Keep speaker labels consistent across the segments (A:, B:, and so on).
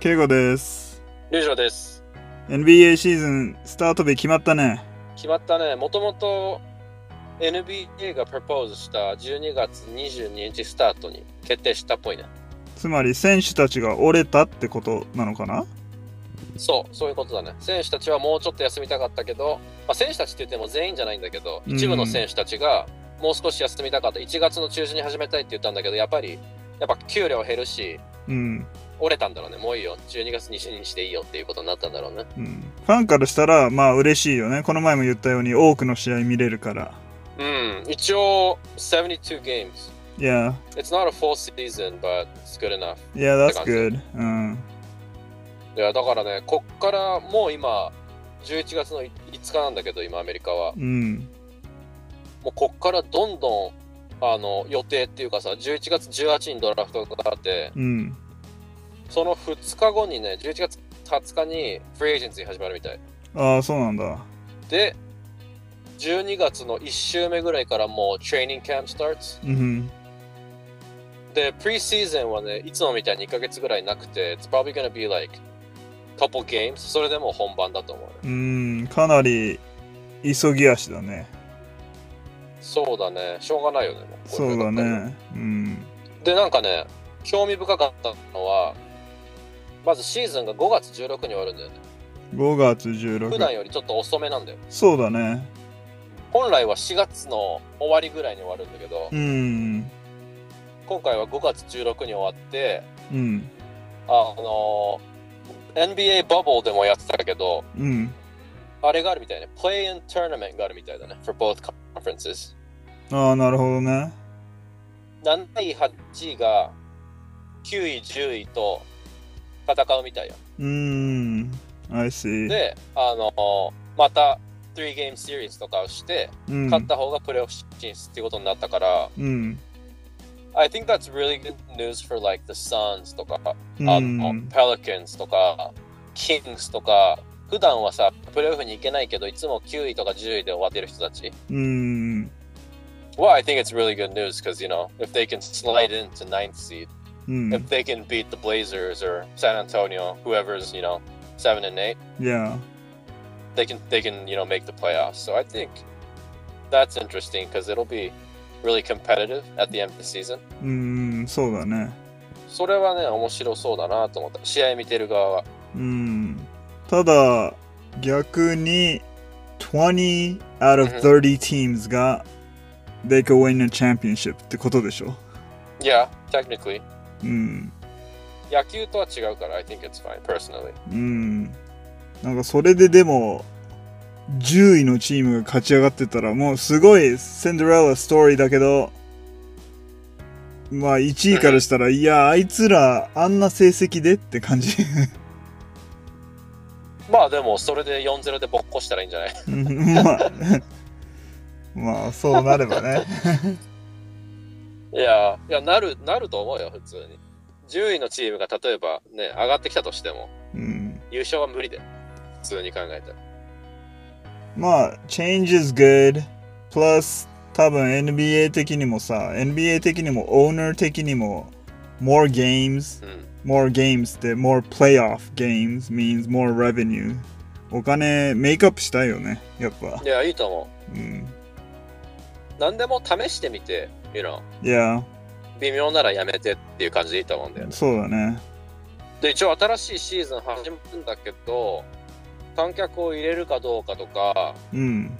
A: ケイゴです。
B: 龍城です。
A: NBA シーズンスタート日決まったね。
B: 決まったね。もともと NBA がプロポーズした12月22日スタートに決定したっぽいね。
A: つまり選手たちが折れたってことなのかな
B: そう、そういうことだね。選手たちはもうちょっと休みたかったけど、まあ、選手たちって言っても全員じゃないんだけど、
A: うん
B: 一部の選手たちがもう少し休みたかった。1月の中旬に始めたいって言ったんだけど、やっぱり、やっぱ給料減るし、
A: うん、
B: 折れたんだろうね。もういいよ。12月22日でいいよっていうことになったんだろうね。
A: うん。ファンからしたら、まあ嬉しいよね。この前も言ったように多くの試合見れるから。
B: うん、一応72 games。
A: Yeah,
B: It's not a full season, but it's good enough.
A: yeah, that's
B: って感
A: good. うん。
B: いやだからね、こっからもう今、11月の5日なんだけど、今、アメリカは。
A: うん。
B: もうこっからどんどんあの予定っていうかさ、11月18日にドラフトがあって、
A: うん。
B: その2日後にね、11月20日にフリーエージェンツに始まるみたい。
A: ああ、そうなんだ。
B: で、12月の1週目ぐらいからもうトレーニングキャンプスターツ。
A: うん。
B: で、プリシーズンはね、いつもみたいに1ヶ月ぐらいなくて、It's probably gonna be like couple games。それでもう本番だと思うよ。
A: うん、かなり急ぎ足だね。
B: そうだね、しょうがないよね。もこ
A: そうだね。うん。
B: でなんかね興味深かったのはまずシーズンが5月16に終わるんだよね
A: 5月
B: 普
A: 16
B: 段よりちょっと遅めなんだよ
A: そうだね。
B: 本来は4月の終わりぐらいに終わるんだけど
A: うん。
B: 今回は5月16に終わって
A: うん。
B: あのー NBA バブルでもやってたけど
A: うん。
B: あれがあるみたいね Play in Tournament があるみたいだね for both conferences
A: ああ、なるほどね。
B: 7位8位が9位10位と戦うみたいよ
A: うーん、I see。
B: であのーまた3ゲームシリーズとかをして
A: うん、
B: 勝った方がプレーオフ進出っていうことになったから、
A: うん。
B: I think that's really good news for like the Suns とか、
A: う
B: あの
A: ん、
B: Pelicans とか、Kings とか、普段はさ、プレーオフに行けないけど、いつも9位とか10位で終わってる人たち。
A: うん、
B: Well, I think it's really good news because, you know, if they can slide into ninth seed,
A: うん、
B: if they can beat the Blazers or San Antonio, whoever's, you know, 7 and 8,
A: yeah。
B: they can, they can, you know, make the playoffs. So I think that's interesting because it'll be really competitive at the end of the season.
A: うん、そうだね。
B: それはね、面白そうだなと思った。試合見てる側は。
A: うん。ただ、逆に、20 out of 30 teams が、they can win a championship ってことでしょ。
B: いや、technically。
A: うん、
B: 野球とは違うから、I think it's fine, personally。
A: うん。なんかそれででも、10位のチームが勝ち上がってたら、もうすごいシンデレラストーリーだけど、まあ1位からしたら、いや、あいつらあんな成績でって感じ。
B: まあでも、それで4-0でぼっこしたらいいんじゃない
A: うんまあ、まあそうなればね。
B: いや、いや、なる、なると思うよ、普通に。10位のチームが例えばね、上がってきたとしても、
A: うん、
B: 優勝は無理で。普通に考えたら。
A: まあ、change is good. Plus、多分 NBA 的にもさ、NBA 的にもオーナー的にも、more games
B: うん。
A: more games って more playoff games means more revenue お金メイクアップしたいよねやっぱ
B: いや、いいと思
A: うん
B: う。何でも試してみて、you know、
A: いや
B: 微妙ならやめてっていう感じでいいと思うんだよね。
A: そうだね
B: で一応新しいシーズン始まるんだけど観客を入れるかどうかとか
A: うん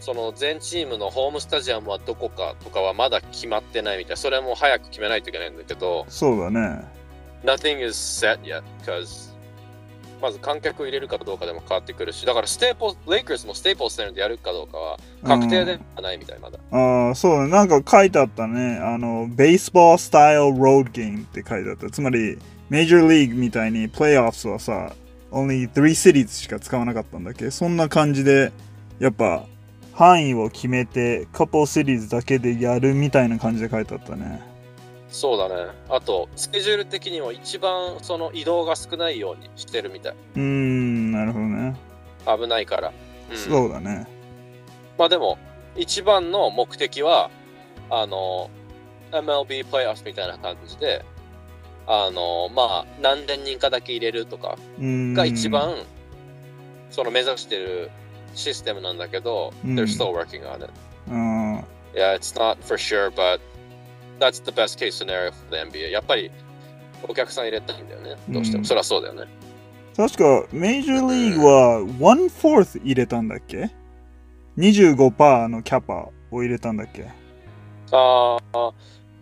B: その全チームのホームスタジアムはどこかとかはまだ決まってないみたいそれも早く決めないといけないんだけど
A: そうだね
B: Nothing is set yet because まず観客を入れるかどうかでも変わってくるしだからステーポレイクルスもステーポスセンでやるかどうかは確定ではないみたいまだ、
A: ああそうだなんか書いてあったねあのベースボールスタイルロードゲームって書いてあったつまりメジャーリーグみたいにプレイオフスはさ only three cities しか使わなかったんだっけそんな感じでやっぱ範囲を決めて couple cities だけでやるみたいな感じで書いてあったね
B: そうだねあとスケジュール的にも一番その移動が少ないようにしてるみたいう
A: ーんなるほどね
B: 危ないから、うん
A: そうだね。
B: まあでも、一番の目的は、あの、MLB プレイオフみたいな感じで、あのまあ何千人かだけ入れるとか
A: うん
B: が一番その目指してるシステムなんだけど、
A: うん
B: they're still working on it
A: うん
B: Yeah, it's not for sure, but that's the best case scenario for the NBA. やっぱりお客さん入れたいんだよね。どうしても。
A: うん
B: そりゃそうだよね。
A: 確かメジャーリーグは1フォース入れたんだっけ ?25% のキャパを入れたんだっけ
B: ああ、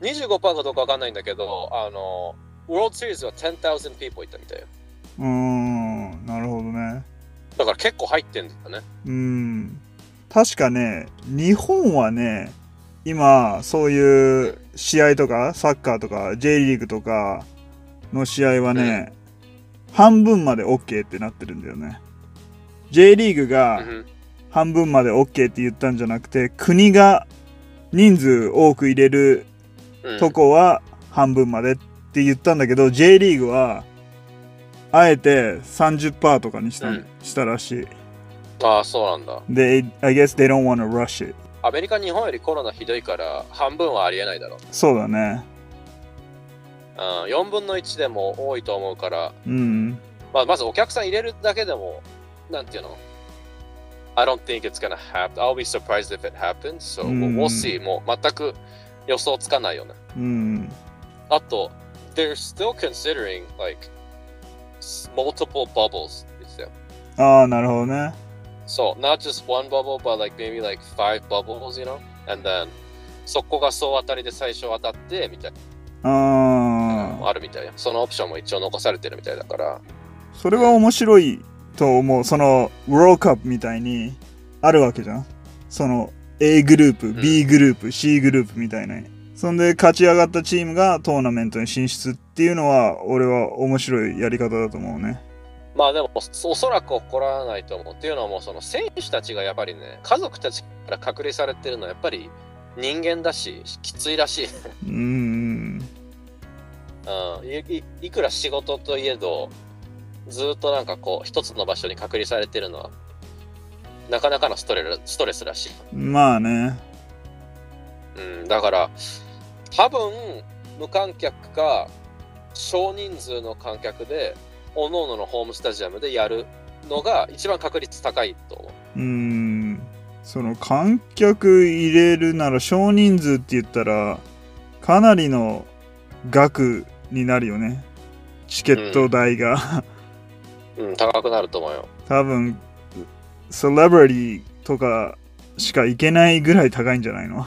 B: 25%かどうかわかんないんだけど、あの、World Series は10,000 people いたみたいよ。
A: うーんなるほどね
B: だから結構入ってんだよね。
A: うん確かね日本はね今そういう試合とかサッカーとか J リーグとかの試合はね、半分まで OK ってなってるんだよね J リーグが、
B: うん
A: 半分まで OK って言ったんじゃなくて国が人数多く入れる
B: うん
A: とこは半分までって言ったんだけど J リーグはあえて30%とかにした,、
B: うん
A: したらし
B: ああ、そうなんだ。
A: いで I guess they don't wanna rush it
B: アメリカ、日本よりコロナひどいから、半分はありえないだろう。
A: そうだね
B: うん、4分の1でも多いと思うから、
A: うん
B: まあ、まずお客さん入れるだけでも、なんていうの ?I don't think it's gonna happen. I'll be surprised if it happens. So
A: うん
B: we'll see. もう全く予想つかないよね。
A: うん
B: あと、they're still considering like s- multiple bubbles. って言ってたよ
A: ああなるほどね
B: So not just one bubble, but like maybe like five bubbles, you know? And then そこが総当たりで最初当たってみたい
A: あ
B: なのも
A: あ
B: あるみたいよ。そのオプションも一応残されてるみたいだから。
A: それは面白いと思うそのウローカップみたいにあるわけじゃんその A グループ
B: ん
A: B グループ C グループみたいなそんで勝ち上がったチームがトーナメントに進出っていうのは俺は面白いやり方だと思うね
B: まあでもそおそらく起こらないと思うっていうのはもうその選手たちがやっぱりね家族たちから隔離されてるのはやっぱり人間だしきついらしい、
A: うーん
B: うん、いいいくら仕事といえどずっとなんかこう一つの場所に隔離されてるのはなかなかのストレルストレスらしい、
A: まあね
B: うん、だから多分無観客か少人数の観客で各々のホームスタジアムでやるのが一番確率高いと思う
A: うーんその観客入れるなら少人数って言ったらかなりの額になるよねチケット代が、
B: うん、高くなると思うよ。
A: 多分セレブリティとかしか行けないぐらい高いんじゃないの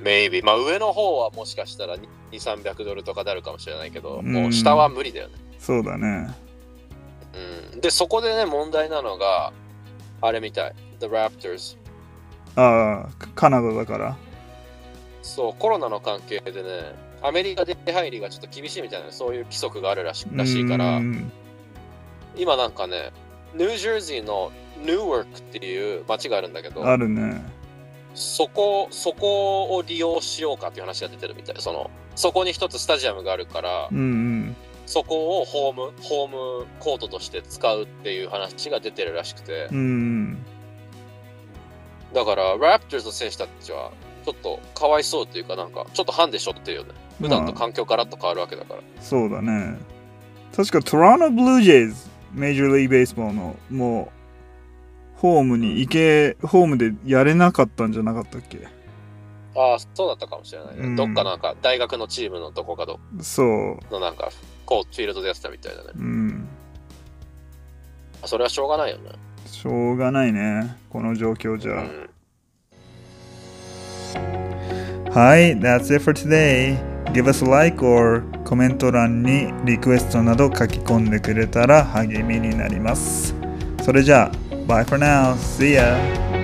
B: Maybe。まあ上の方はもしかしたら2、300ドルとかであるかもしれないけど、
A: うん
B: もう下は無理だよね。
A: そうだね
B: うん、で、そこでね、問題なのが、あれみたい。The Raptors。
A: ああカナダだから
B: そう、コロナの関係でね、アメリカで出入りがちょっと厳しいみたいな、そういう規則があるらしらしいから
A: う、ん
B: 今なんかね、ニュージャージーのニューワークっていう街があるんだけど、
A: あるね
B: そこ、そこを利用しようかっていう話が出てるみたい。その、そこに一つスタジアムがあるから
A: う、んうん
B: そこをホームホームコートとして使うっていう話が出てるらしくて
A: うんうん
B: だからラプターズの選手たちはちょっとかわいそうっていうかなんかちょっとハンでしょっていうよね普段と
A: ま
B: 環境ガラッと変わるわけだから、
A: あそうだね確かトロントブルージェイズメジャーリーグベースボールのもうホームに行けホームでやれなかったんじゃなかったっけ
B: ああそうだったかもしれないね、
A: うん
B: どっかなんか大学のチームのどこかど
A: そ
B: のなんかこうフィールドでやってたみたいだね
A: ううん
B: それはしょうがないよね
A: しょうがないねこの状況じゃ、
B: うん、
A: はい、That's it for today. Give us a like or コメント欄にリクエストなど書き込んでくれたら励みになります。それじゃあ、Bye for now. See ya!